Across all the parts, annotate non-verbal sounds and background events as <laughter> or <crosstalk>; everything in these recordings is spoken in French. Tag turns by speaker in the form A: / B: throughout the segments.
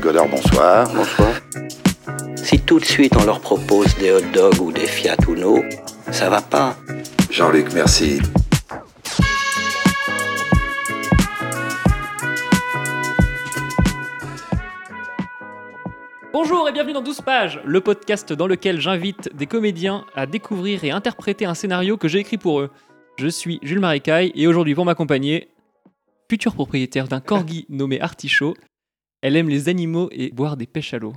A: Godard, bonsoir.
B: Bonsoir.
C: Si tout de suite on leur propose des hot dogs ou des Fiat Uno, ça va pas.
A: Jean-Luc, merci.
D: Bonjour et bienvenue dans 12 pages, le podcast dans lequel j'invite des comédiens à découvrir et interpréter un scénario que j'ai écrit pour eux. Je suis Jules Marécaille et aujourd'hui pour m'accompagner, future propriétaire d'un corgi nommé Artichaut, elle aime les animaux et boire des pêches à l'eau.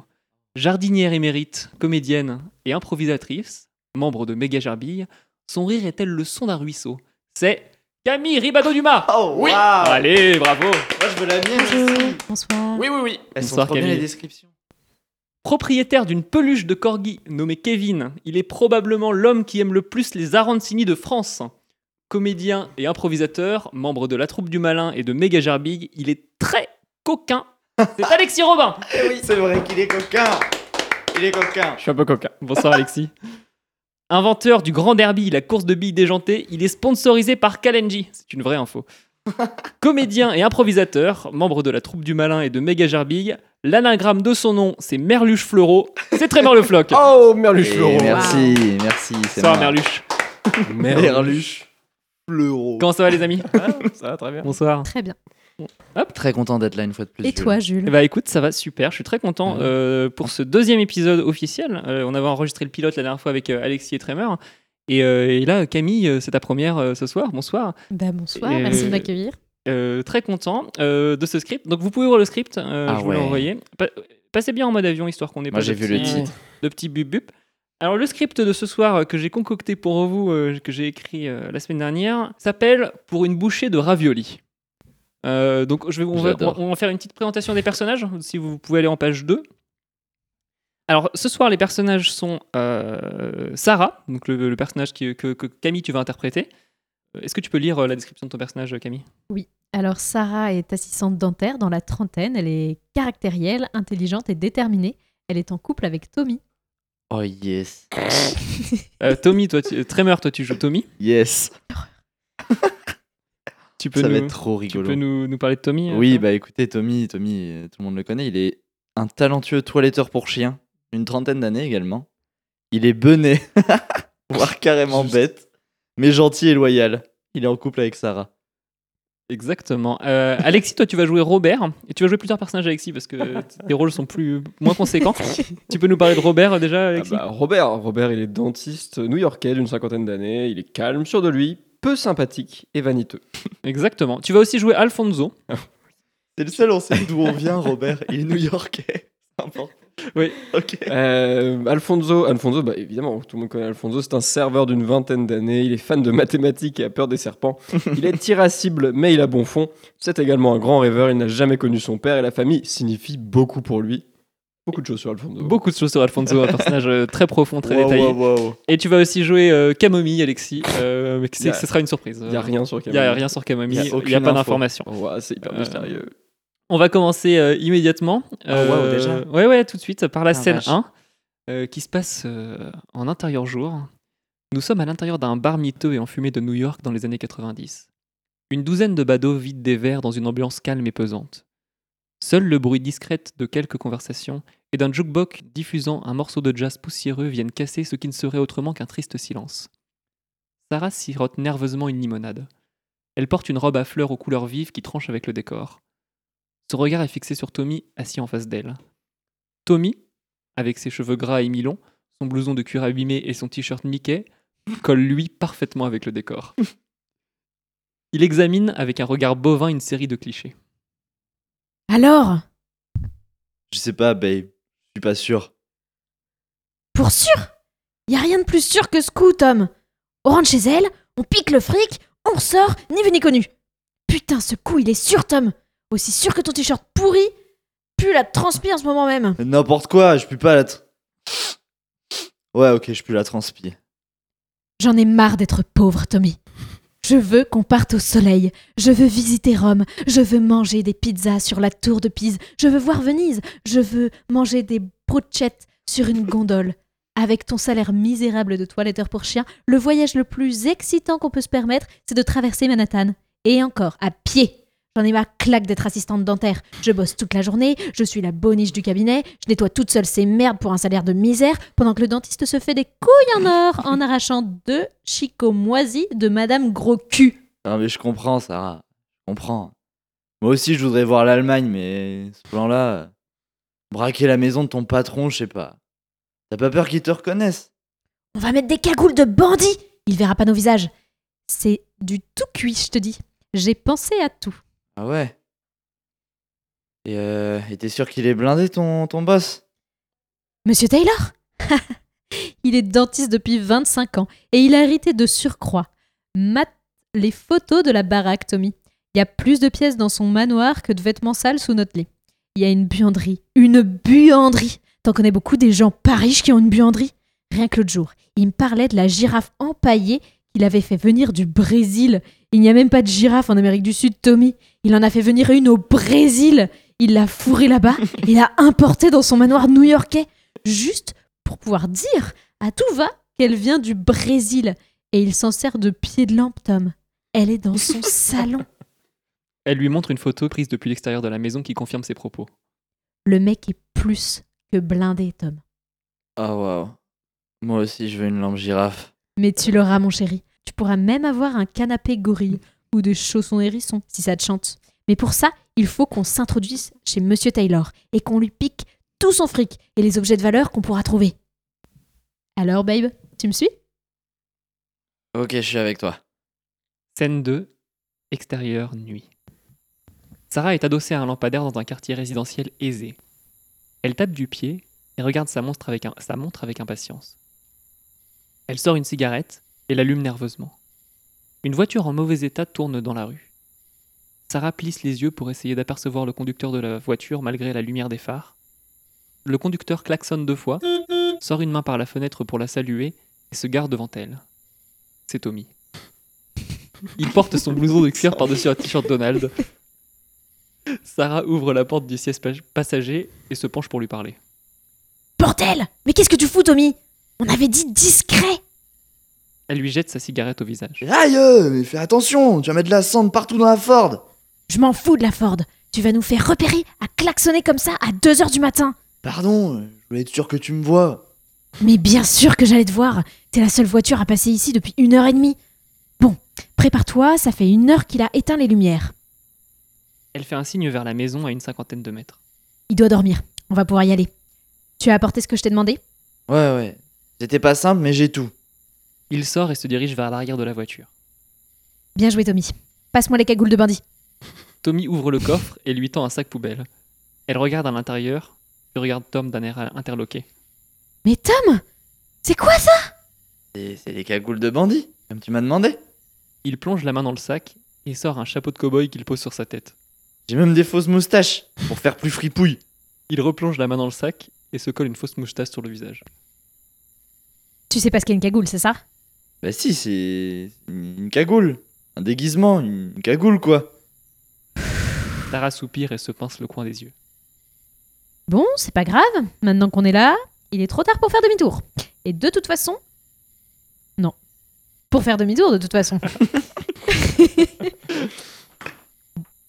D: Jardinière émérite, comédienne et improvisatrice, membre de Méga Gerbille, son rire est-elle le son d'un ruisseau C'est Camille Ribado-Dumas
E: Oh
F: Oui.
E: waouh.
D: Allez, bravo
E: Moi je veux la mienne.
F: Bonjour,
E: aussi.
F: bonsoir.
E: Oui oui oui. Elles sont
D: Bonsoir,
E: trop bien
D: Camille.
E: les descriptions.
D: Propriétaire d'une peluche de corgi nommée Kevin, il est probablement l'homme qui aime le plus les Arancini de France. Comédien et improvisateur, membre de la troupe du Malin et de Méga Gerbille, il est très coquin. C'est Alexis Robin
E: Eh oui, c'est vrai qu'il est coquin. Il est coquin.
D: Je suis un peu coquin. Bonsoir Alexis. Inventeur du Grand Derby, la course de billes déjantée, il est sponsorisé par Kalenji. C'est une vraie
B: <laughs>
D: info. Comédien et improvisateur, membre de la troupe du Malin et de Méga Gerbille, l'anagramme de son nom, c'est Merluche Fleureau. C'est très Merlefloc.
B: <laughs> Oh, Merluche
E: Et
B: Leroux.
E: Merci, merci. C'est
D: Bonsoir
E: moi.
D: Merluche.
B: Merluche.
E: Fleuro.
D: Comment ça va les amis
B: Ça va très bien.
D: Bonsoir.
F: Très bien.
E: Très content d'être là une fois de plus.
F: Et toi,
D: Eh
F: Jules
D: Bah écoute, ça va super. Je suis très content
B: Ouais.
D: euh, pour ce deuxième épisode officiel. Euh, on avait enregistré le pilote la dernière fois avec euh, Alexis et Tremer. Et, euh, et là, Camille, euh, c'est ta première euh, ce soir. Bonsoir.
F: Bah bonsoir,
D: Euh,
F: merci de m'accueillir.
D: Euh, très content euh, de ce script. Donc vous pouvez voir le script, euh,
E: Ah
D: je vous l'ai
E: ouais.
D: envoyé. Pa- passez bien en mode avion histoire qu'on ait
E: Moi,
D: pas
E: j'ai
D: de
E: vu le
D: petits-
E: titre.
D: de petits bup bup. Alors le script de ce soir euh, que j'ai concocté pour vous, euh, que j'ai écrit euh, la semaine dernière, s'appelle Pour une bouchée de ravioli. Euh, donc je vais, on, va,
E: J'adore.
D: on va faire une petite présentation des personnages, si vous pouvez aller en page 2. Alors ce soir les personnages sont euh, Sarah, donc le, le personnage qui- que, que Camille tu vas interpréter. Euh, Est-ce que tu peux lire euh, la description de ton personnage Camille
F: Alors Sarah est assistante dentaire dans la trentaine, elle est caractérielle, intelligente et déterminée. Elle est en couple avec Tommy.
E: Oh yes.
D: Euh, Tommy, toi, tu, euh, Tremor, toi, tu joues Tommy.
B: Yes.
D: Tu peux,
B: Ça va
D: nous,
B: être trop
D: tu
B: rigolo.
D: peux nous, nous parler de Tommy euh,
B: Oui,
D: toi
B: bah écoutez, Tommy, Tommy, euh, tout le monde le connaît, il est un talentueux toiletteur pour chiens, une trentaine d'années également. Il est bené, <laughs> voire carrément
D: Juste.
B: bête, mais gentil et loyal. Il est en couple avec Sarah.
D: Exactement. Euh, Alexis, toi, tu vas jouer Robert. Et tu vas jouer plusieurs personnages, Alexis, parce que t- tes rôles sont plus, moins
B: <laughs>
D: conséquents. tu peux nous parler de Robert euh, déjà,
G: Ah
D: Alexis
G: bah, Robert, Robert, il est dentiste new-yorkais d'une cinquantaine d'années, il est calme, sûr de lui, peu sympathique
D: <laughs>
G: et vaniteux.
D: Exactement. Tu vas aussi jouer Alfonso.
B: C'est le seul, on sait d'où on vient, Robert. Il est new-yorkais. C'est important.
D: Oui.
B: Ok.
G: Euh, Alfonso, Alfonso, bah évidemment, tout le monde connaît Alfonso, c'est un serveur d'une vingtaine d'années, il est fan de mathématiques et a peur
D: <laughs>
G: des serpents. Il est irascible, mais il a bon fond. C'est également un grand rêveur, il n'a jamais connu son père et la famille signifie beaucoup pour lui. Beaucoup de choses sur Alfonso.
D: Beaucoup de choses sur Alfonso, un personnage euh, très profond, très
B: Oh. Wow,
D: détaillé.
B: wow, wow.
D: Et tu vas aussi jouer euh, Camomille, Alexis. Euh, mais que c'est-
G: Y a-
D: ce sera une surprise.
G: Il n'y a rien sur
D: Il
G: Camille.
D: n'y a rien sur
B: Y a
D: Camomille. Il n'y
B: aucune
D: a pas
B: info. Oh.
D: d'informations.
G: Ouah, c'est hyper
D: Euh,
G: mystérieux.
D: On va commencer euh, immédiatement.
B: Ah,
D: Euh,
B: waouh, déjà
D: Ouais, ouais, tout de suite, par la
B: Ah,
D: scène
B: vache.
D: 1, euh, qui se passe euh, en intérieur jour. Nous sommes à l'intérieur d'un bar miteux et enfumé de New York dans les années 90. Une douzaine de badauds vident des verres dans une ambiance calme et pesante. Seul le bruit discret de quelques conversations et d'un jukebox diffusant un morceau de jazz poussiéreux viennent casser ce qui ne serait autrement qu'un triste silence. Sarah sirote nerveusement une limonade. Elle porte une robe à fleurs aux couleurs vives qui tranche avec le décor. Son regard est fixé sur Tommy, assis en face d'elle. Tommy, avec ses cheveux gras et mi-longs, son blouson de cuir abîmé et son t-shirt Mickey, colle lui parfaitement avec le décor. Il examine avec un regard bovin une série de clichés.
F: Alors,
B: Je sais pas, babe. Je suis pas sûr.
F: pour sûr Y a rien de plus sûr que ce coup, Tom. On rentre chez elle, on pique le fric, on sort, ni vu ni connu. Putain, ce coup, il est sûr, Tom. Aussi sûr que ton t-shirt pourri pue la transpi en ce moment même.
B: N'importe quoi, je peux pas la. tr- Ouais, ok, je peux la transpire.
F: J'en ai marre d'être pauvre, Tommy. Je veux qu'on parte au soleil. Je veux visiter Rome. Je veux manger des pizzas sur la tour de Pise. Je veux voir Venise. Je veux manger des brochettes sur une gondole. Avec ton salaire misérable de toiletteur pour chien, le voyage le plus excitant qu'on peut se permettre, c'est de traverser Manhattan. Et encore, à pied. J'en ai ma claque d'être assistante dentaire. Je bosse toute la journée, je suis la boniche du cabinet, je nettoie toute seule ces merdes pour un salaire de misère, pendant que le dentiste se fait des couilles en or en arrachant deux chicots moisis de Madame Gros Cul.
B: Non, mais je comprends, Sarah. Je comprends. Moi aussi, je voudrais voir l'Allemagne, mais ce plan-là. euh, Braquer la maison de ton patron, je sais pas. T'as pas peur qu'ils te reconnaissent
F: On va mettre des cagoules de bandits Il verra pas nos visages. C'est du tout cuit, je te dis. J'ai pensé à tout.
B: Ah ouais Et euh, et t'es sûr qu'il est blindé, ton, ton boss
F: Monsieur Taylor <laughs> Il est dentiste depuis 25 ans et il a hérité de surcroît. Mat les photos de la baraque, Tommy. Il y a plus de pièces dans son manoir que de vêtements sales sous notre lit. Il y a une buanderie. Une buanderie T'en connais beaucoup des gens pas riches qui ont une buanderie Rien que l'autre jour, il me parlait de la girafe empaillée qu'il avait fait venir du Brésil. Il n'y a même pas de girafe en Amérique du Sud, Tommy. Il en a fait venir une au Brésil. Il l'a fourrée <laughs> là-bas et l'a importée dans son manoir new-yorkais juste pour pouvoir dire à tout va qu'elle vient du Brésil. Et il s'en sert de pied de lampe, Tom. Elle est dans son salon.
D: Elle lui montre une photo prise depuis l'extérieur de la maison qui confirme ses propos.
F: Le mec est plus que blindé, Tom.
B: Ah waouh. Moi aussi, je veux une lampe girafe.
F: Mais tu l'auras, mon chéri. Tu pourras même avoir un canapé gorille ou des chaussons hérissons, si ça te chante. Mais pour ça, il faut qu'on s'introduise chez Monsieur Taylor et qu'on lui pique tout son fric et les objets de valeur qu'on pourra trouver. Alors, babe, tu me suis
B: Ok, je suis avec toi.
D: Scène 2, extérieur nuit. Sarah est adossée à un lampadaire dans un quartier résidentiel aisé. Elle tape du pied et regarde sa montre avec, un- sa montre avec impatience. Elle sort une cigarette et l'allume nerveusement. Une voiture en mauvais état tourne dans la rue. Sarah plisse les yeux pour essayer d'apercevoir le conducteur de la voiture malgré la lumière des phares. Le conducteur klaxonne deux fois, sort une main par la fenêtre pour la saluer et se gare devant elle. C'est Tommy. Il porte son blouson de cuir par-dessus un t-shirt Donald. Sarah ouvre la porte du siège pa- passager et se penche pour lui parler.
F: Bordel Mais qu'est-ce que tu fous, Tommy On avait dit discret
D: Elle lui jette sa cigarette au visage.
H: Aïe, euh, mais fais attention, tu vas mettre de la cendre partout dans la Ford.
F: Je m'en fous de la Ford. Tu vas nous faire repérer à klaxonner comme ça à 2h du matin.
H: Pardon, euh, je voulais être sûr que tu me vois.
F: Mais bien sûr que j'allais te voir. T'es la seule voiture à passer ici depuis une heure et demie. Bon, prépare-toi, ça fait une heure qu'il a éteint les lumières.
D: Elle fait un signe vers la maison à une cinquantaine de mètres.
F: Il doit dormir. On va pouvoir y aller. Tu as apporté ce que je t'ai demandé
B: Ouais, ouais. C'était pas simple, mais j'ai tout.
D: Il sort et se dirige vers l'arrière de la voiture.
F: Bien joué, Tommy. Passe-moi les cagoules de bandit.
D: Tommy ouvre le coffre et lui tend un sac poubelle. Elle regarde à l'intérieur, puis regarde Tom d'un air interloqué.
F: Mais Tom C'est quoi ça
B: C'est c'est les cagoules de bandits, comme tu m'as demandé.
D: Il plonge la main dans le sac et sort un chapeau de cow-boy qu'il pose sur sa tête.
B: J'ai même des fausses moustaches pour faire plus fripouille.
D: Il replonge la main dans le sac et se colle une fausse moustache sur le visage.
F: Tu sais pas ce qu'est une cagoule, c'est ça
B: Bah si, c'est une une cagoule. Un déguisement, une une cagoule quoi.
D: Sarah soupire et se pince le coin des yeux.
F: Bon, c'est pas grave. Maintenant qu'on est là, il est trop tard pour faire demi-tour. Et de toute façon. Non. Pour faire demi-tour, de toute façon.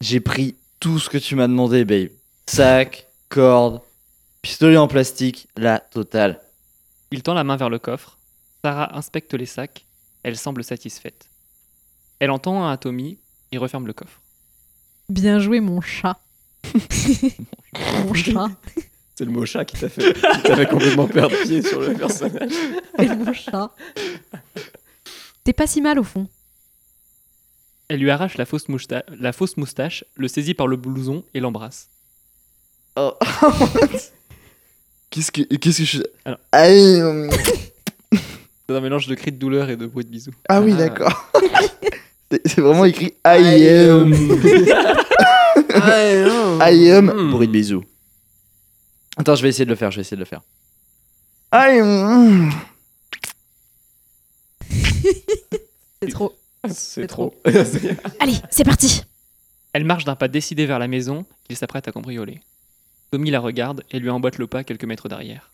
B: J'ai pris tout ce que tu m'as demandé, babe. Sac, corde, pistolet en plastique, la totale.
D: Il tend la main vers le coffre. Sarah inspecte les sacs. Elle semble satisfaite. Elle entend un à Tommy et referme le coffre.
F: Bien joué,
H: <laughs>
F: mon chat. mon chat.
G: C'est le mot chat qui t'a fait, qui t'a fait complètement perdre pied sur le personnage.
F: Et mon chat. T'es pas si mal au fond.
D: Elle lui arrache la fausse, mousta- la fausse moustache, le saisit par le blouson et l'embrasse.
B: Oh.
H: Qu'est-ce que, qu'est-ce que je suis.
D: Alors-
H: Aïe, euh,
D: Dans un mélange de cris de douleur et de bruit de bisous.
H: ah oui,
D: Ah.
H: d'accord. <laughs> c'est, c'est vraiment écrit hum. I
A: hum.
H: am.
B: <laughs>
H: I am.
B: Bruit de bisous. hum. Attends, je vais essayer de le faire, je vais essayer de le faire.
H: I am.
F: C'est trop.
G: C'est
F: trop.
G: <laughs> trop.
F: Allez, c'est parti.
D: Elle marche d'un pas décidé vers la maison qu'il s'apprête à cambrioler. Tommy la regarde et lui emboîte le pas quelques mètres derrière.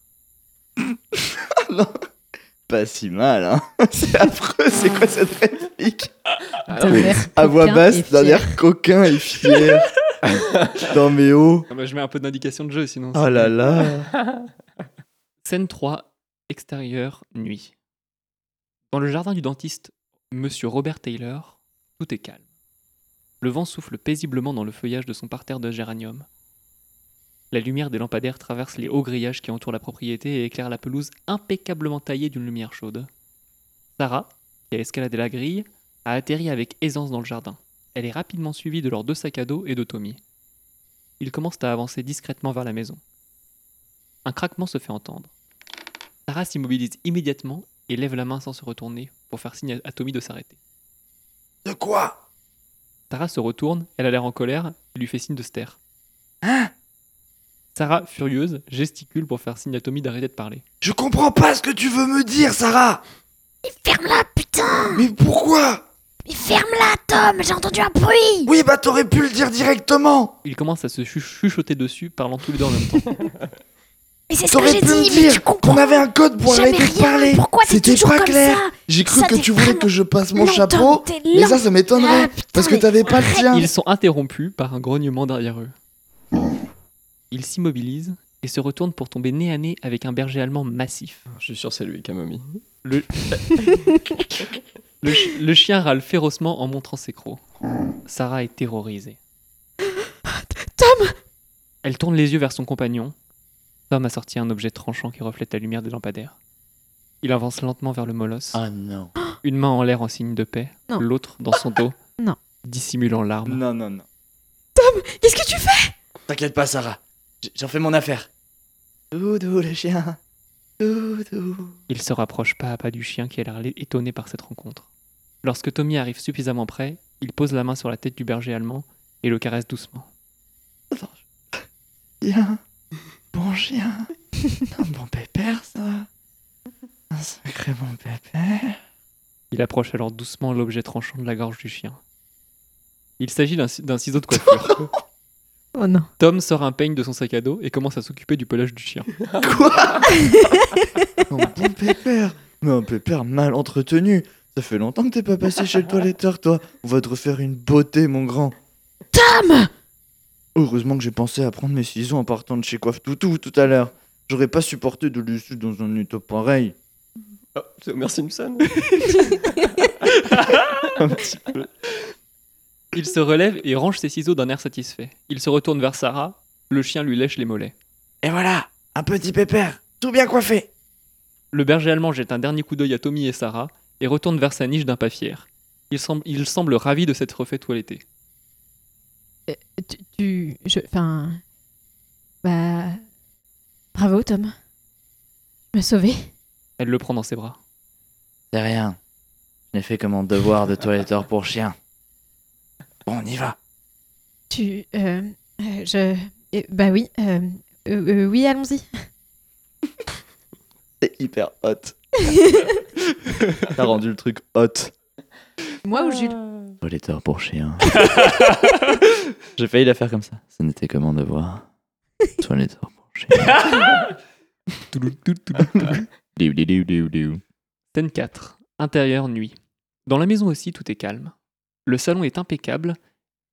B: Pas si mal, hein.
H: hein. <laughs> C'est affreux, c'est quoi cette réplique
F: D'un air
H: Ah À voix
F: coquin et
H: basse,
F: fier.
H: d'un air coquin et
A: <laughs>
H: fier. Putain, mais oh.
D: Ah bah, je mets un peu d'indication de jeu sinon.
H: Oh là là.
D: Scène 3, extérieur, nuit. Dans le jardin du dentiste, Monsieur Robert Taylor, tout est calme. Le vent souffle paisiblement dans le feuillage de son parterre de géranium. La lumière des lampadaires traverse les hauts grillages qui entourent la propriété et éclaire la pelouse impeccablement taillée d'une lumière chaude. Sarah, qui a escaladé la grille, a atterri avec aisance dans le jardin. Elle est rapidement suivie de leurs deux sacs à dos et de Tommy. Ils commencent à avancer discrètement vers la maison. Un craquement se fait entendre. Sarah s'immobilise immédiatement et lève la main sans se retourner pour faire signe à Tommy de s'arrêter.
A: De quoi
D: Sarah se retourne, elle a l'air en colère, il lui fait signe de se taire.
A: Hein
D: Sarah, furieuse, gesticule pour faire signe à Tommy d'arrêter de parler.
A: Je comprends pas ce que tu veux me dire, Sarah
I: Ferme-la, putain
A: Mais pourquoi
I: Mais ferme-la,
F: Ah,
I: Tom J'ai entendu un bruit
A: Oui, bah t'aurais pu le dire directement
D: Il commence à se chu- chuchoter dessus, parlant tous les deux en même temps.
I: Mais c'est ce que
A: T'aurais
I: j'ai
A: pu me
I: dit, mais tu
A: dire
I: comprends
A: qu'on avait un code pour
I: jamais
A: arrêter de
I: rien
A: parler
I: Pourquoi t'es
H: C'était
I: toujours
H: pas
I: comme
H: clair.
I: ça
H: J'ai cru
I: Ça,
H: que
I: t'es
H: tu voulais
I: vraiment
H: que je passe mon
I: lent,
H: chapeau.
I: Tom, t'es
H: Mais
I: lent.
H: ça, ça m'étonnerait.
I: Ah, putain,
H: parce que
I: mais
H: t'avais pas le
A: Ah.
H: tien.
D: Ils sont interrompus par un grognement derrière eux. Ils s'immobilisent et se retournent pour tomber nez à nez avec un berger allemand massif.
G: Je suis sûr, c'est lui qui m'a mis.
D: Le... le, chi- le chien râle férocement en montrant ses crocs. Sarah est terrorisée.
F: Tom
D: Elle tourne les yeux vers son compagnon. Tom a sorti un objet tranchant qui reflète la lumière des lampadaires. Il avance lentement vers le molosse,
B: Ah non.
D: une main en l'air en signe de paix,
F: Non.
D: l'autre dans son dos,
F: <laughs> Non.
D: dissimulant l'arme.
B: Non, non, non.
F: Qu'est-ce que tu fais
B: T'inquiète pas, Sarah. J- J'en fais mon affaire. Doudou, le chien. Doudou.
D: Il se rapproche pas à pas du chien qui a l'air étonné par cette rencontre. Lorsque Tommy arrive suffisamment près, il pose la main sur la tête du berger allemand et le caresse doucement.
B: Bien. Bon chien.
I: <laughs>
B: Un bon pépère, ça. Un sacré bon pépère.
D: Il approche alors doucement l'objet tranchant de la gorge du chien. Il s'agit d'un ci- d'un ciseau de coiffure.
F: Oh non.
D: Tom sort un peigne de son sac à dos et commence à s'occuper du pelage du chien.
B: Un bon pépère. Mais un pépère mal entretenu. Ça fait longtemps que t'es pas passé chez le toiletteur, toi. On va te refaire une beauté, mon grand.
F: Tom
B: Heureusement que j'ai pensé à prendre mes ciseaux en partant de chez Coiffe Toutou tout à l'heure. J'aurais pas supporté de l'issue dans un état pareil.
G: Oh, <laughs> c'est Homer Simpson.
D: Il se relève et range ses ciseaux d'un air satisfait. Il se retourne vers Sarah. Le chien lui lèche les mollets.
B: Et voilà, un petit pépère, tout bien coiffé.
D: Le berger allemand jette un dernier coup d'œil à Tommy et Sarah et retourne vers sa niche d'un pas fier. Il semble, il semble ravi de s'être refait toiletter.
F: Tu. tu- je. Enfin. Bah. Bravo, Tom. Tu m'as sauvé.
D: Elle le prend dans ses bras.
B: C'est rien. Je n'ai fait que mon devoir de toiletteur pour chien. Bon, on y va.
F: Tu. euh, euh, je. euh, bah oui. euh, euh, euh, oui, allons-y.
B: C'est hyper hot. T'as rendu le truc hot.
F: Moi ou Jules
B: Toiletteur pour chien.
D: <laughs>
B: j'ai failli la faire comme ça. Ce n'était que mon devoir.
D: <laughs>
B: Toiletteur pour
A: <laughs>
B: chien.
D: Toulou, toulou, toulou, toulou.
B: Diou, diou, diou, diou, diou.
D: Scène 4. Intérieur nuit. Dans la maison aussi, tout est calme. Le salon est impeccable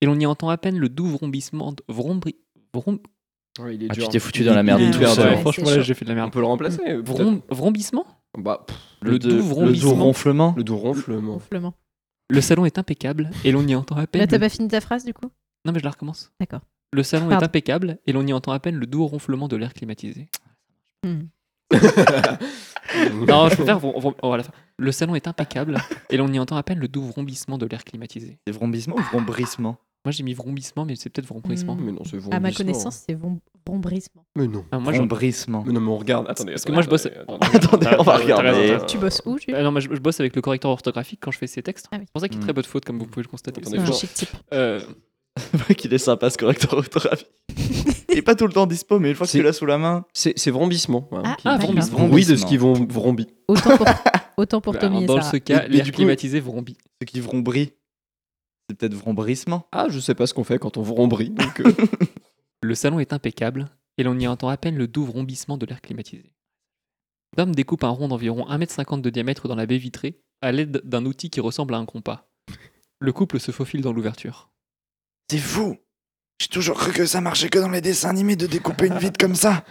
D: et l'on y entend à peine le doux vrombissement de vrombri- vrom-
G: Ouais, il est
B: Ah,
G: dur. hein.
B: tu t'es foutu dans la merde
G: Il est
B: tout
G: dur,
B: seul.
G: ouais.
F: Ouais,
D: Franchement,
F: c'est
D: là,
F: chaud.
D: j'ai fait de la
G: On
D: merde.
G: peut le remplacer. peut-être.
D: Vrom- Vrombissement
G: Bah, pff,
D: Le doux
G: le doux
D: vrombissement.
B: ronflement.
G: le
D: <laughs>
G: doux ronflement.
F: Gonflement.
D: Le salon est impeccable et l'on y entend à peine.
F: Là, t'as
D: le-
F: pas fini ta phrase, du coup
D: Non, mais je la recommence.
F: D'accord.
D: Le salon est
F: Pardon.
D: impeccable et l'on y entend à peine le doux ronflement de l'air
B: <laughs>
D: climatisé.
F: Hmm.
D: Non, je préfère. vrom- vrom- on va la <laughs> faire. Le salon est impeccable et l'on y entend à peine le doux vrombissement de l'air climatisé.
B: C'est vrombissement ou vrombrissement
D: Moi, j'ai mis vrombissement, mais c'est peut-être vrombrissement.
B: Hmm.
G: Mais non,
F: À
G: c'est
F: ma
G: vrombissement.
F: connaissance, c'est bon, brissement.
G: Mais non.
D: Ah, moi, j'en-
B: Vrombrissement.
G: Mais non, mais on regarde. Attendez.
D: Parce que moi, je bosse- <laughs>
B: Attendez, on va
D: T'as raison, t'as
B: regarder.
D: raison.
F: Tu bosses où, Jules
D: Ah non, moi, je, je bosse avec le correcteur orthographique quand je fais ces textes.
F: Ah oui.
D: C'est pour ça qu'il y a
B: Mm.
D: très peu de fautes, comme vous pouvez le constater.
G: Attendez,
F: C'est un chic type.
D: Euh,
B: qu'il est sympa ce correcteur orthographique. Il est pas tout le temps dispo, mais une fois que
G: C'est-
B: tu l'as sous la main.
G: C'est c'est vrombissement. ouais,
F: Ah,
G: qui-
D: ah,
G: qui-
D: vrombissement.
G: vrombit de ce qu'ils vont vrombit.
F: Autant
D: <laughs>
F: pour, autant pour
D: bah,
F: Tommy et
D: dans
F: Sarah.
D: ce cas,
B: Mais- mais
D: l'air
B: du coup-
D: climatisé vrombit.
B: Ceux qui vrombrit. C'est peut-être vrombrissement.
G: Ah, je sais pas ce qu'on fait quand on vrombrit. Donc, euh,
D: Le salon est impeccable et l'on y entend à peine le doux vrombissement de l'air climatisé. Tom découpe un rond d'environ 1m50 de diamètre dans la baie vitrée à l'aide d'un outil qui ressemble à un compas. Le couple se faufile dans l'ouverture.
A: C'est fou J'ai toujours cru que ça marchait que dans les dessins animés de découper une vide comme ça.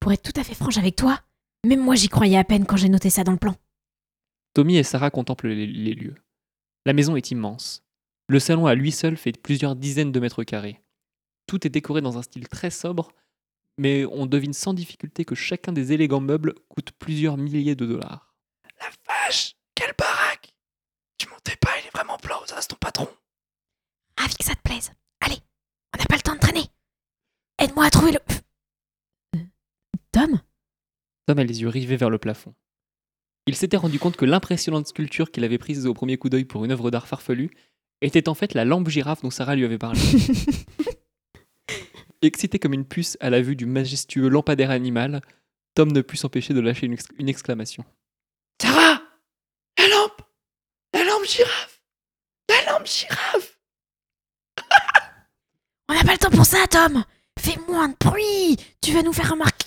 F: Pour être tout à fait franche avec toi, même moi j'y croyais à peine quand j'ai noté ça dans le plan.
D: Tommy et Sarah contemplent les, les lieux. La maison est immense. Le salon à lui seul fait plusieurs dizaines de mètres carrés. Tout est décoré dans un style très sobre, mais on devine sans difficulté que chacun des élégants meubles coûte plusieurs milliers de dollars.
A: La vache Quelle baraque Tu montais pas, il est vraiment plein aux as, ton patron.
F: Ah,
I: Ravi que ça te plaise. Allez, on n'a pas le temps de traîner. Aide-moi à trouver le.
F: Tom
D: Tom a les yeux rivés vers le plafond. Il s'était rendu compte que l'impressionnante sculpture qu'il avait prise au premier coup d'œil pour une œuvre d'art farfelue était en fait la lampe girafe dont Sarah lui avait parlé. Excité comme une puce à la vue du majestueux lampadaire animal, Tom ne put s'empêcher de lâcher une, exc- une exclamation.
A: Sarah La lampe La lampe girafe La lampe girafe
I: On n'a pas le temps pour ça, Tom. Fais moins de bruit. Tu vas nous faire remarquer.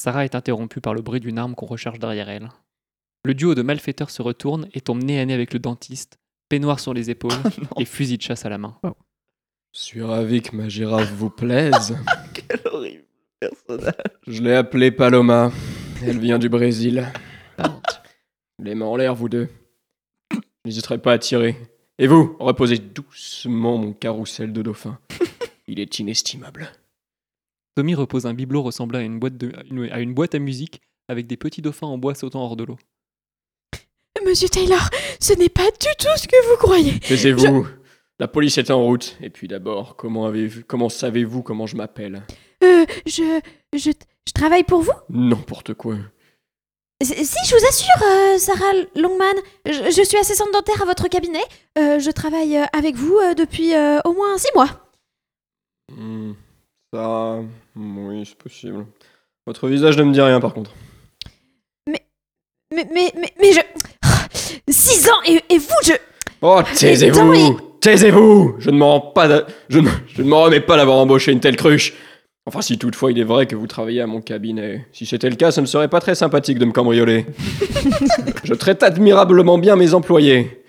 D: Sarah est interrompue par le bruit d'une arme qu'on recherche derrière elle. Le duo de malfaiteurs se retourne et tombe nez à nez avec le dentiste, peignoir sur les épaules et fusil de chasse à la main.
G: suis ravi que ma girafe vous plaise.
B: <laughs> Quel horrible personnage.
G: Je l'ai appelée Paloma. Elle vient du Brésil. Les mains en l'air, vous deux. N'hésiterai pas à tirer. Et vous, reposez doucement mon carrousel de dauphin. Il est inestimable.
D: Tommy repose un bibelot ressemblant à une boîte, de- à une- à une boîte à musique avec des petits dauphins en bois sautant hors de l'eau.
F: Monsieur Taylor, ce n'est pas du tout ce que vous croyez.
G: Taisez-vous. La police est en route. Et puis d'abord, comment, avez-vous- comment savez-vous comment je m'appelle
F: Euh, je, je, je travaille pour vous
G: N'importe quoi.
F: Si, si, je vous assure, euh, Sarah Longman, je, je suis assistante dentaire à votre cabinet. Euh, je travaille euh, avec vous euh, depuis euh, au moins six mois.
G: Hmm, ça, oui, c'est possible. Votre visage ne me dit rien par contre.
F: Mais, mais, mais, mais je... Six ans et, et vous, je...
G: Oh,
F: non,
G: taisez-vous Taisez-vous Je ne m'en rends pas d'a- je ne, je ne m'en remets pas d'avoir embauché une telle cruche. Enfin, si toutefois il est vrai que vous travaillez à mon cabinet. Si c'était le cas, ce ne serait pas très sympathique de me cambrioler. je traite admirablement bien mes employés.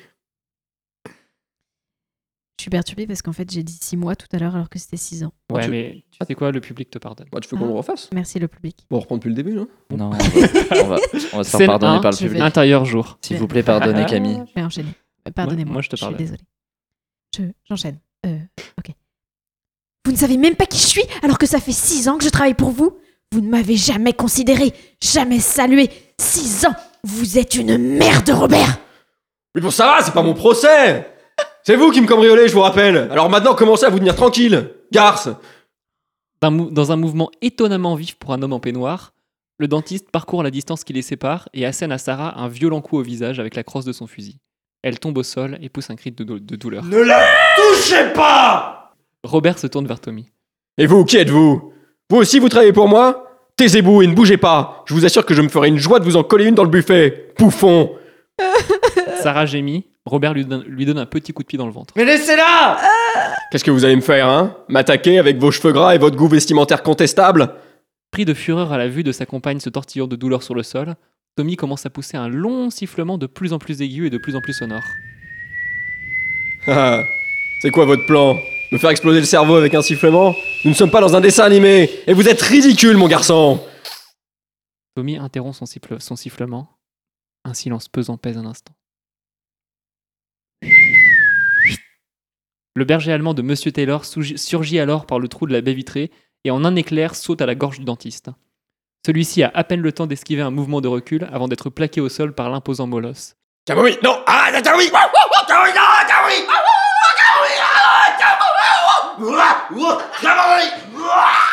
F: Je suis perturbée parce qu'en fait, j'ai dit six mois tout à l'heure alors que c'était six ans.
G: Ouais,
D: Ouais,
G: tu-
D: mais tu sais quoi, le public te pardonne.
G: Bah, tu veux qu'on le refasse
F: Merci le public.
G: On reprend depuis le début, non
A: <laughs>
B: Non, on va, on va- on va se faire
D: Scène
B: pardonner
D: un,
B: par le
F: je vais-
B: public.
D: Intérieur jour.
B: S'il vous plaît, pardonnez Camille.
F: Je vais enchaîner. Euh, Pardonnez-moi.
D: Moi- moi, je te
F: suis
D: pardonne.
F: désolée. Je, j'enchaîne. Euh, ok. Vous ne savez même pas qui je suis alors que ça fait six ans que je travaille pour vous Vous ne m'avez jamais considéré, jamais salué. Six ans Vous êtes une merde, Robert
G: Mais bon, ça va, c'est pas mon procès C'est vous qui me cambriolez, je vous rappelle Alors maintenant, commencez à vous tenir tranquille Garce
D: D'un mou- dans un mouvement étonnamment vif pour un homme en peignoir, le dentiste parcourt la distance qui les sépare et assène à Sarah un violent coup au visage avec la crosse de son fusil. Elle tombe au sol et pousse un cri de, dou- de douleur.
E: Ne la touchez pas
D: Robert se tourne vers Tommy.
G: Et vous, qui êtes-vous Vous aussi, vous travaillez pour moi Taisez-vous et ne bougez pas Je vous assure que je me ferai une joie de vous en coller une dans le buffet Pouffon
D: Sarah gémit, Robert lui donne, lui donne un petit coup de pied dans le ventre.
E: Mais laissez-la
G: Qu'est-ce que vous allez me faire, hein M'attaquer avec vos cheveux gras et votre goût vestimentaire contestable <laughs>
D: Pris de fureur à la vue de sa compagne se tortillant de douleur sur le sol, Tommy commence à pousser un long sifflement de plus en plus aigu et de plus en plus sonore.
G: Ah, C'est quoi votre plan Me faire exploser le cerveau avec un sifflement Nous ne sommes pas dans un dessin animé Et vous êtes ridicule, mon garçon
D: Tommy interrompt son, siffle- son sifflement. Un silence pesant pèse un instant. Le berger allemand de Monsieur Taylor sougi- surgit alors par le trou de la baie vitrée et en un éclair saute à la gorge du dentiste. Celui-ci a à peine le temps d'esquiver un mouvement de recul avant d'être plaqué au sol par l'imposant molosse.
G: Camomille, non
E: Ah, t'as oui Ah, ah, t'as oui Ah, t'as oui Ah, ah, t'as oui Ah, t'as oui Ah, ah, ah, t'as oui Ah.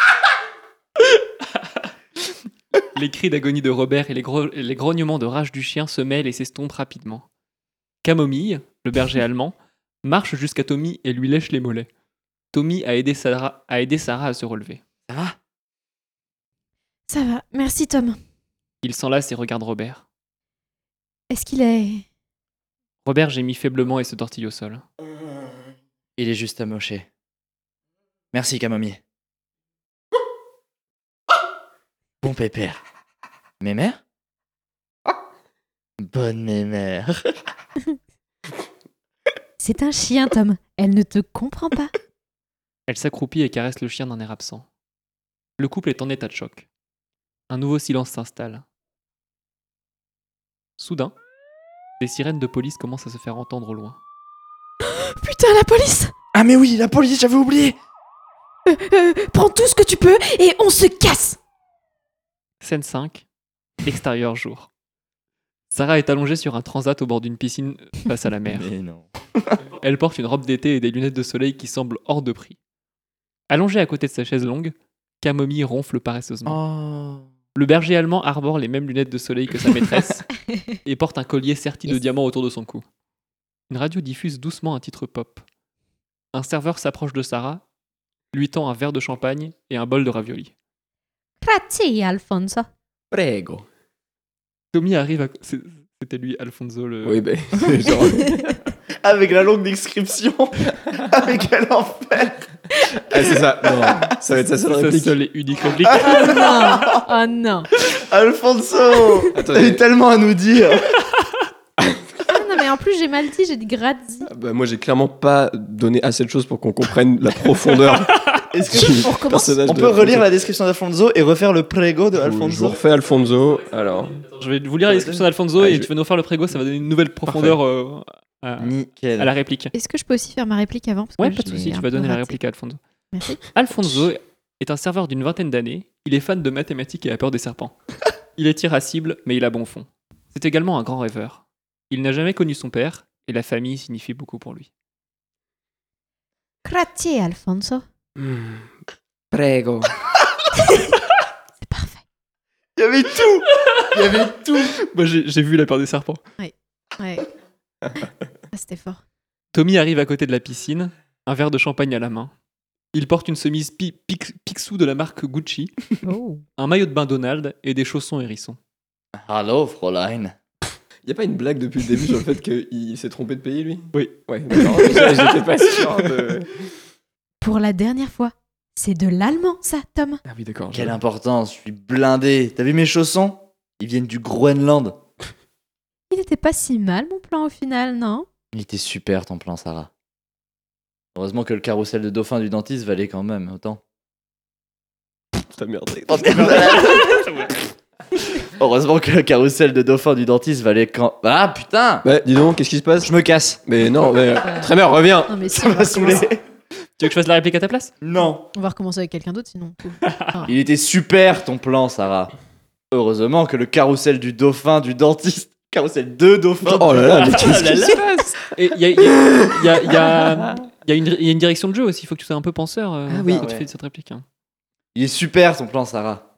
D: Les cris d'agonie de Robert et les, gro- les grognements de rage du chien se mêlent et s'estompent rapidement. Camomille, le berger allemand, marche jusqu'à Tommy et lui lèche les mollets. Tommy a aidé Sarah, a aidé Sarah à se relever.
F: Ça va, merci Tom.
D: Il s'enlace et regarde Robert.
F: Est-ce qu'il est...
D: Robert gémit faiblement et se tortille au sol.
B: Il est juste amoché. Merci Camomille. Bon pépère. Mémère Bonne mémère.
F: C'est un chien, Tom. Elle ne te comprend pas.
D: Elle s'accroupit et caresse le chien d'un air absent. Le couple est en état de choc. Un nouveau silence s'installe. Soudain, des sirènes de police commencent à se faire entendre au loin.
I: Putain, la police
A: Ah mais oui, la police, j'avais oublié
I: Euh, euh, Prends tout ce que tu peux et on se casse
D: Scène 5, extérieur jour. Sarah est allongée sur un transat au bord d'une piscine euh, face à la
B: <laughs>
D: mer.
B: Mais non.
D: Elle porte une robe d'été et des lunettes de soleil qui semblent hors de prix. Allongée à côté de sa chaise longue, Camomille ronfle paresseusement.
A: Oh.
D: Le berger allemand arbore les mêmes lunettes de soleil que sa maîtresse et porte un collier serti de
F: Et-
D: diamants autour de son cou. Une radio diffuse doucement un titre pop. Un serveur s'approche de Sarah, lui tend un verre de champagne et un bol de ravioli.
F: Grazie, Alfonso.
G: Prego.
D: Tommy arrive à... c'est- C'était lui, Alfonso, le...
G: Oui, ben. genre,
A: Avec la longue description, <laughs> avec quel enfer
G: <laughs> ah, c'est ça. Non, ça va être sa seule
D: Sa
G: réplique.
D: seule et unique <laughs> réplique.
F: Oh non Oh non
A: Alfonso T'as
G: Attendez.
A: eu tellement à nous dire
F: Ah non, mais en plus, j'ai mal dit, j'ai dit grazie.
G: Bah, moi, j'ai clairement pas donné assez de choses pour qu'on comprenne
A: <laughs>
G: la profondeur
A: Est-ce que-
G: du
I: On recommence
G: personnage
A: On
G: de
A: peut
G: Alfonso.
A: relire la description d'Alfonso et refaire le prego de
G: Je vous- Je vous
A: Alfonso
G: refais Alfonso. Alors,
D: Je vais vous lire la description d'Alfonso
G: Ah,
D: et
G: je
D: tu vas nous faire le prégo, ça va donner une nouvelle profondeur euh, à,
B: Nickel.
D: à la réplique.
F: Est-ce que je peux aussi faire ma réplique avant parce que
D: Ouais,
F: je
D: pas de
F: l'ai
D: souci,
F: un
D: tu
F: peu
D: vas donner la
F: ratée.
D: réplique à Alfonso.
F: Merci.
D: Alfonso est un serveur d'une vingtaine d'années, il est fan de mathématiques et a peur des serpents. Il est irascible, mais il a bon fond. C'est également un grand rêveur. Il n'a jamais connu son père, et la famille signifie beaucoup pour lui.
F: Grazie, Alfonso.
G: prego.
F: C'est parfait.
A: Il y avait tout Il y avait tout
D: <laughs> Moi, j'ai j'ai vu la peur des serpents.
F: Ouais. <laughs> Ah, C'était fort.
D: Tommy arrive à côté de la piscine, un verre de champagne à la main. Il porte une chemise pi- pix- Picsou de la marque Gucci,
F: Oh.
D: un maillot de bain Donald et des chaussons hérissons.
B: Hello, Fräulein.
G: Y a pas une blague depuis le début sur le fait qu'il s'est trompé de pays, lui
D: Oui.
G: Ouais, d'accord. <laughs> Ça, J'étais pas sûr de.
F: Pour la dernière fois, c'est de l'allemand, ça, Tom.
G: Ah oui, d'accord.
B: Quelle importance, je suis blindé. T'as vu mes chaussons Ils viennent du Groenland.
F: Il n'était pas si mal, mon plan, au final, non
B: Il était super ton plan, Sarah. Heureusement que le carrousel de dauphin du dentiste valait quand même autant.
G: Putain, merdé.
B: Oh, Heureusement que le carrousel de dauphin du dentiste valait quand. Ah putain
G: Bah, dis donc, qu'est-ce qui se passe
B: Je me casse
G: Mais non, mais. Tremer, reviens
F: Non, mais si,
B: Ça
F: on, va
B: m'a saoulé
F: recommencer-
D: Tu veux que je fasse la réplique à ta place
B: Non
F: on va recommencer avec quelqu'un d'autre, sinon.
G: <laughs>
F: Ah.
B: Il était super ton plan, Sarah. Heureusement que le carrousel du dauphin du dentiste. Carrousel de dauphin.
G: Oh
B: <laughs>
G: là là, mais
D: Ah
G: qu'est-ce
D: là
G: qui
D: là.
G: se passe
D: Et il y a, il y a- il y a- il y a- il y a une il y a une direction de jeu aussi, il faut que tu sois un peu penseur euh,
G: Ah oui.
D: quand tu
B: Ouais.
D: fais cette réplique. hein.
B: Il est super ton plan, Sarah.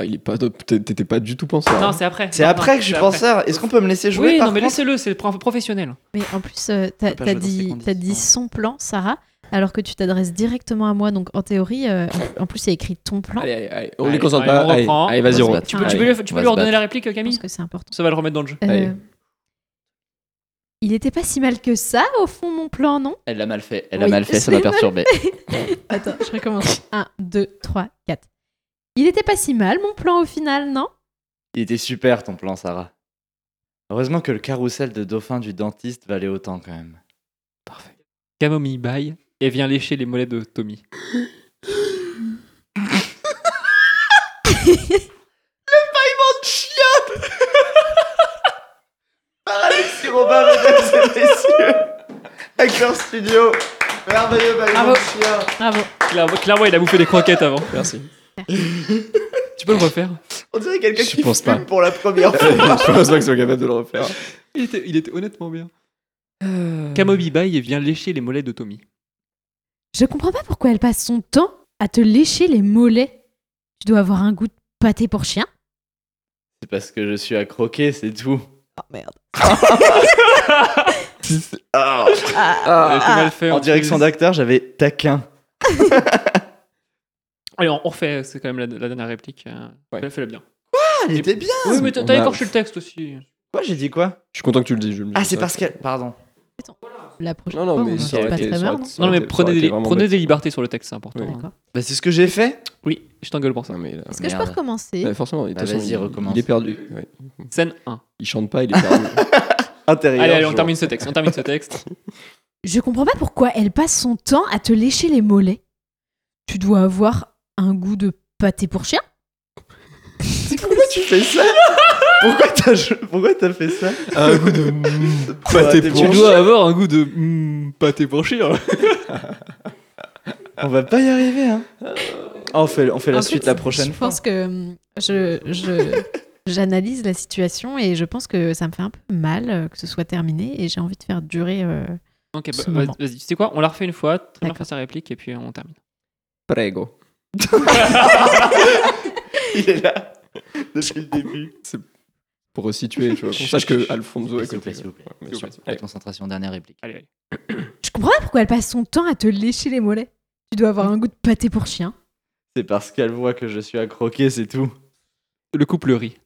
G: Ah, Il est pas. T'étais t'étais pas du tout penseur.
D: Non,
G: hein.
D: c'est après.
B: C'est
D: Non,
B: après
D: non,
B: que je suis
D: c'est
B: penseur. Est-ce qu'on peut me laisser jouer
D: Oui,
B: par
D: non, mais
B: contre
D: laissez-le, c'est pro- professionnel.
F: Mais en plus, euh, t'as
B: peut pas
F: t'as
B: jouer dans ces
F: dit, t'as dit
B: conditions.
F: son plan, Sarah, alors que tu t'adresses directement à moi. Donc, en théorie, euh, en plus, il y a écrit ton plan.
G: Allez, allez, allez, on
D: Allez,
G: les concentre
D: allez,
G: pas.
D: on
G: Allez,
D: reprend.
G: allez,
B: On
G: vas-y,
B: va se
G: on.
B: battre.
D: Tu peux,
B: Ouais.
D: tu peux, lui- tu
B: Ah On
D: peux
B: va
D: lui
B: se
D: redonner
B: battre.
D: la réplique,
F: Je pense
D: Camille
F: que c'est important.
D: Ça va le remettre dans le jeu.
F: Euh,
G: Allez.
F: il était pas si mal que ça, au fond, mon plan, non
B: Elle l'a mal fait. Elle l'a
F: l'a Oui. mal
B: mal
F: fait,
B: fait,
F: ça
B: ça m'a
F: m'a C'est mal.
B: perturbé.
F: Attends, je <laughs> recommence. 1, 2, 3, 4. Il était pas si mal, mon plan, au final, non
B: Il était super ton plan, Sarah. Heureusement que le carrousel de dauphin du dentiste valait autant quand même.
D: Camomille baille et vient lécher les mollets de
F: <laughs>
D: Tommy.
A: <laughs> Alexis Robin, mesdames et messieurs, avec leur studio. Merveilleux
F: Bravo.
A: bâtiment de chien.
F: Bravo.
D: Clairement, clairement, il a bouffé des croquettes avant.
G: Merci. <laughs>
D: Tu peux le refaire
A: On dirait quelqu'un
G: Je
A: qui
G: pense
A: fume
G: pas.
A: pour la première fois.
G: Je pense pas qu'ils soient capables de le refaire.
D: il était, il était honnêtement bien. Euh, Camomille baille et vient lécher les mollets de Tommy.
F: Je comprends pas pourquoi elle passe son temps à te lécher les mollets. Tu dois avoir un goût de pâté pour chien.
B: <laughs> C'est parce que je suis à croquer, c'est tout.
F: Oh
B: <laughs>
F: merde.
B: Ah,
D: Elle était
A: ah,
D: mal fait,
B: en
D: plus.
B: direction d'acteur, j'avais taquin.
D: Allez, on on refait, euh, c'est quand même la, la dernière réplique. euh,
G: Ouais.
D: Fais-la fais-la bien.
B: Ah, il était bien.
D: Oui, mais t'as
G: on
D: t'as
G: a-
D: écorché le texte aussi.
B: Quoi, j'ai dit quoi
G: Je suis content que tu le dis, Jules.
B: Ah, c'est parce qu'elle. Pardon.
F: La prochaine
G: Non, non,
F: fois,
G: mais
F: on
G: ça
F: en
G: aurait
F: fait pas
G: été- Ah,
F: très
G: ça
F: mal, hein.
G: aurait-
F: non
G: ça
D: Non,
G: aurait
D: mais
G: été- ça
D: prenez,
G: aurait été
D: des,
G: vraiment
D: prenez
G: bête.
D: des libertés sur le texte, c'est important.
G: Oui.
D: hein.
F: D'accord.
B: Bah, c'est ce que j'ai fait.
D: Oui, je t'engueule pour ça.
G: Non, mais là-
F: Est-ce que je peux
B: Merde.
F: recommencer
G: Ouais, forcément, de toute
B: Bah,
G: façon,
B: vas-y,
G: il-
B: recommence.
G: Il est perdu. ouais.
D: Scène 1. <laughs>
G: Il chante pas, il est perdu.
B: Intérieur.
D: Allez, allez, on
B: jour.
D: termine ce texte. On termine ce
G: <laughs>
D: texte.
F: Je comprends pas pourquoi elle passe son temps à te lécher les mollets. Tu dois avoir un goût de pâté pour chien.
B: Pourquoi tu fais ça Pourquoi t'as jou- pourquoi t'as fait ça
D: Ah,
G: Un goût de
D: hmm,
B: pâté
G: pâté
B: pour chien.
G: pour
D: dois avoir un goût de mm, pâté pour chien.
B: On va pas y arriver, hein. Ah, on fait, on fait la
F: En
B: suite
F: fait,
B: la prochaine
F: Je
B: fois.
F: pense que hum, je, <laughs> je- j'analyse la situation et je pense que ça me fait un peu mal euh, que ce soit terminé et j'ai envie de faire durer. euh,
D: Ok, bah,
F: Ce
D: vas-
F: moment.
D: vas-y. Tu sais quoi On la refait une fois. Très bien
F: D'accord.
D: faire sa réplique et puis on termine.
G: Prego.
B: <laughs> Il est là depuis le début.
G: Pour resituer, tu vois, qu'on
B: Chut,
G: sache
B: chut,
G: que Alfonso est
B: s'il vous
G: côté.
B: plaît, s'il vous plaît.
G: Ouais, bien
B: S'il vous
G: sûr.
B: plaît,
G: Allez.
B: Concentration, dernière réplique.
D: Allez, allez.
F: Je comprends pas pourquoi elle passe son temps à te lécher les mollets. Tu dois avoir un goût de pâté pour chien.
B: C'est parce qu'elle voit que je suis à croquer, c'est tout.
D: Le couple rit.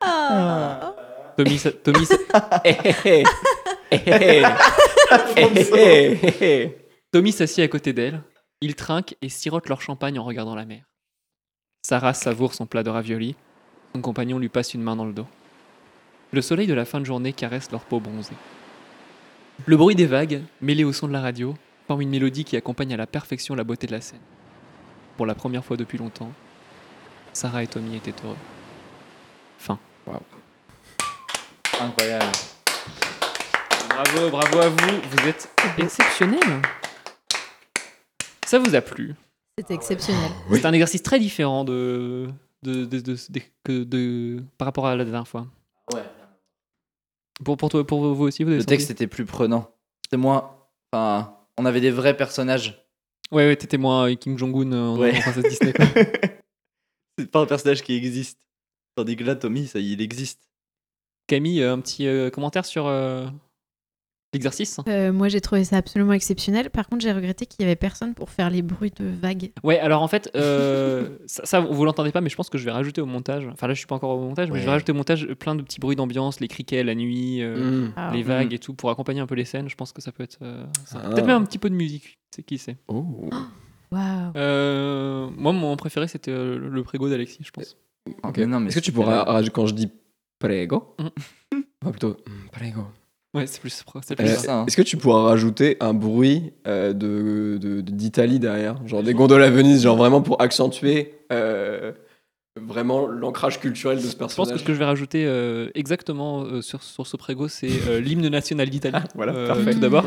F: Ah.
D: Tommy, ça- Tommy, ça-
G: Eh, eh, eh. Eh, eh. Eh, eh, eh, eh.
D: Tommy s'assied à côté d'elle. Ils trinquent et sirotent leur champagne en regardant la mer. Sarah savoure son plat de ravioli. Son compagnon lui passe une main dans le dos. Le soleil de la fin de journée caresse leur peau bronzée. Le bruit des vagues, mêlé au son de la radio, forme une mélodie qui accompagne à la perfection la beauté de la scène. Pour la première fois depuis longtemps, Sarah et Tommy étaient heureux.
B: Incroyable.
D: Bravo, bravo à vous, vous êtes exceptionnels. Ça vous a plu
F: C'était exceptionnel.
D: C'est un exercice très différent de, de, de- de- de- que de- par rapport à la dernière fois.
B: Ah Ouais.
D: Pour, pour, toi, pour vous aussi, vous avez
B: Le texte
D: senti
B: était plus prenant. C'était moins. Enfin, on avait des vrais personnages.
D: Ouais, ouais, t'étais moins euh, Kim Jong-un euh, en,
B: Ouais.
D: en princesse Disney.
B: <laughs>
D: quoi.
B: <laughs> c'est pas un personnage qui existe. Tandis que là, Tommy, ça, y est, il existe.
D: Camille, euh, un petit euh, commentaire sur euh, l'exercice
F: Euh, moi, j'ai trouvé ça absolument exceptionnel. Par contre, j'ai regretté qu'il y avait personne pour faire les bruits de vagues.
D: Ouais, alors en fait,
B: <laughs>
D: euh, ça, ça, vous l'entendez pas, mais je pense que je vais rajouter au montage. Enfin, là, je suis pas encore au montage, mais je vais
B: Ouais.
D: rajouter au montage plein de petits bruits d'ambiance, les criquets, la nuit, euh,
B: Hum,
F: Ah.
D: les
F: Mm.
D: vagues et tout, pour accompagner un peu les scènes. Je pense que ça peut être. euh, ça-
G: Ah.
D: Peut-être même un petit peu de musique, c'est qui sait.
G: Oh.
F: Waouh.
D: Euh, moi, mon préféré, c'était euh, le prégo d'Alexis, je pense.
G: Ok.
B: Mais non, mais
G: Est-ce que tu
B: c'était là.
G: pourras, ah, quand je dis prego,
D: Mm.
G: ah, plutôt mm, prego.
D: Ouais, c'est plus pro- c'est
G: Euh,
D: plus ça.
B: ça, hein.
G: Est-ce que tu pourras rajouter un bruit euh, de- de- de- d'Italie derrière, genre des gondoles à Venise, genre vraiment pour accentuer euh, vraiment l'ancrage culturel de ce
D: Je pense
G: personnage
D: que ce que je vais rajouter euh, exactement euh, sur, sur ce prégo, c'est euh, l'hymne national d'Italie.
G: Ah, Voilà,
D: Euh,
G: parfait.
D: Tout d'abord.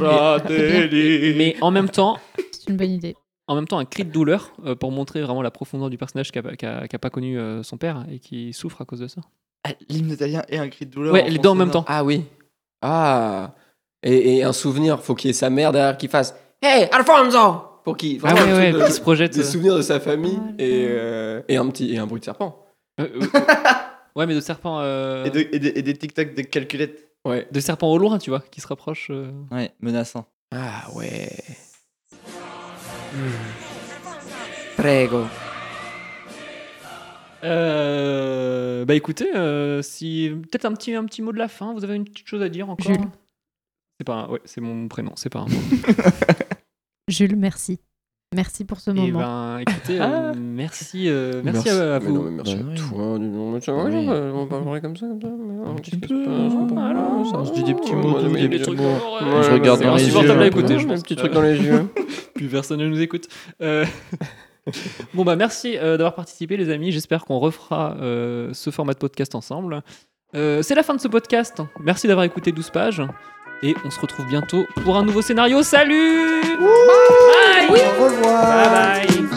D: Et- Mais en même temps,
F: C'est une bonne idée.
D: en même temps, un cri de douleur euh, pour montrer vraiment la profondeur du personnage qui a, qui a- qui a pas connu euh, son père et qui souffre à cause de ça.
B: Ah, L'hymne italien et un cri de douleur.
D: Ouais, les
B: les
D: deux en même temps.
G: Ah oui. Ah. Et, et un souvenir, faut qu'il y ait sa mère derrière qui fasse Hey, Alfonso Pour qu'il.
D: Ah
G: vraiment
D: ouais,
G: un
D: ouais,
G: truc
D: qui se projette.
G: de- des
D: euh,
G: souvenirs de sa famille et, euh, et un petit et un bruit de serpent.
D: euh, euh, ouais, mais de serpent, euh,
B: Et, de- et des- et des tic-tac de calculette.
G: Ouais.
D: de serpent au loin, tu vois, qui se rapproche. euh.
B: Ouais, menaçant.
G: Ah ouais.
D: Euh, bah écoutez, euh, si peut-être un petit, un petit mot de la fin, vous avez une petite chose à dire encore
F: Jules.
D: C'est pas un- ouais, c'est mon prénom, c'est pas un mot.
F: Jules, merci. Merci pour ce
D: Et
F: moment.
D: ben écoutez,
G: Ah.
D: euh, merci, euh, merci, à, à
G: mais
D: vous.
G: non, mais merci
B: Bah
G: à
B: oui.
G: toi. dis donc, mais tiens,
B: Bah
G: ouais,
B: oui.
G: euh, on parlerait comme ça, comme ça, mais un petit peu.
D: alors,
G: ça,
D: on se
B: dit des petits mots,
G: ouais,
B: tout,
G: mais
B: des
G: des
B: petits
G: trucs
B: mots.
G: dans-
D: On
G: ouais,
B: se
G: ouais,
B: regarde
G: bah c'est
B: dans les
G: insupportable
B: yeux,
G: à
B: un
G: écouter,
D: peu.
G: je mets un petit
D: Euh,
G: truc dans les yeux.
D: Plus personne ne nous écoute. Euh, <laughs> bon bah merci euh, d'avoir participé les amis. J'espère qu'on refera euh, ce format de podcast ensemble. Euh, c'est la fin de ce podcast. Merci d'avoir écouté 12 pages. Et on se retrouve bientôt pour un nouveau scénario. Salut Bye
H: Au revoir.
D: Bye bye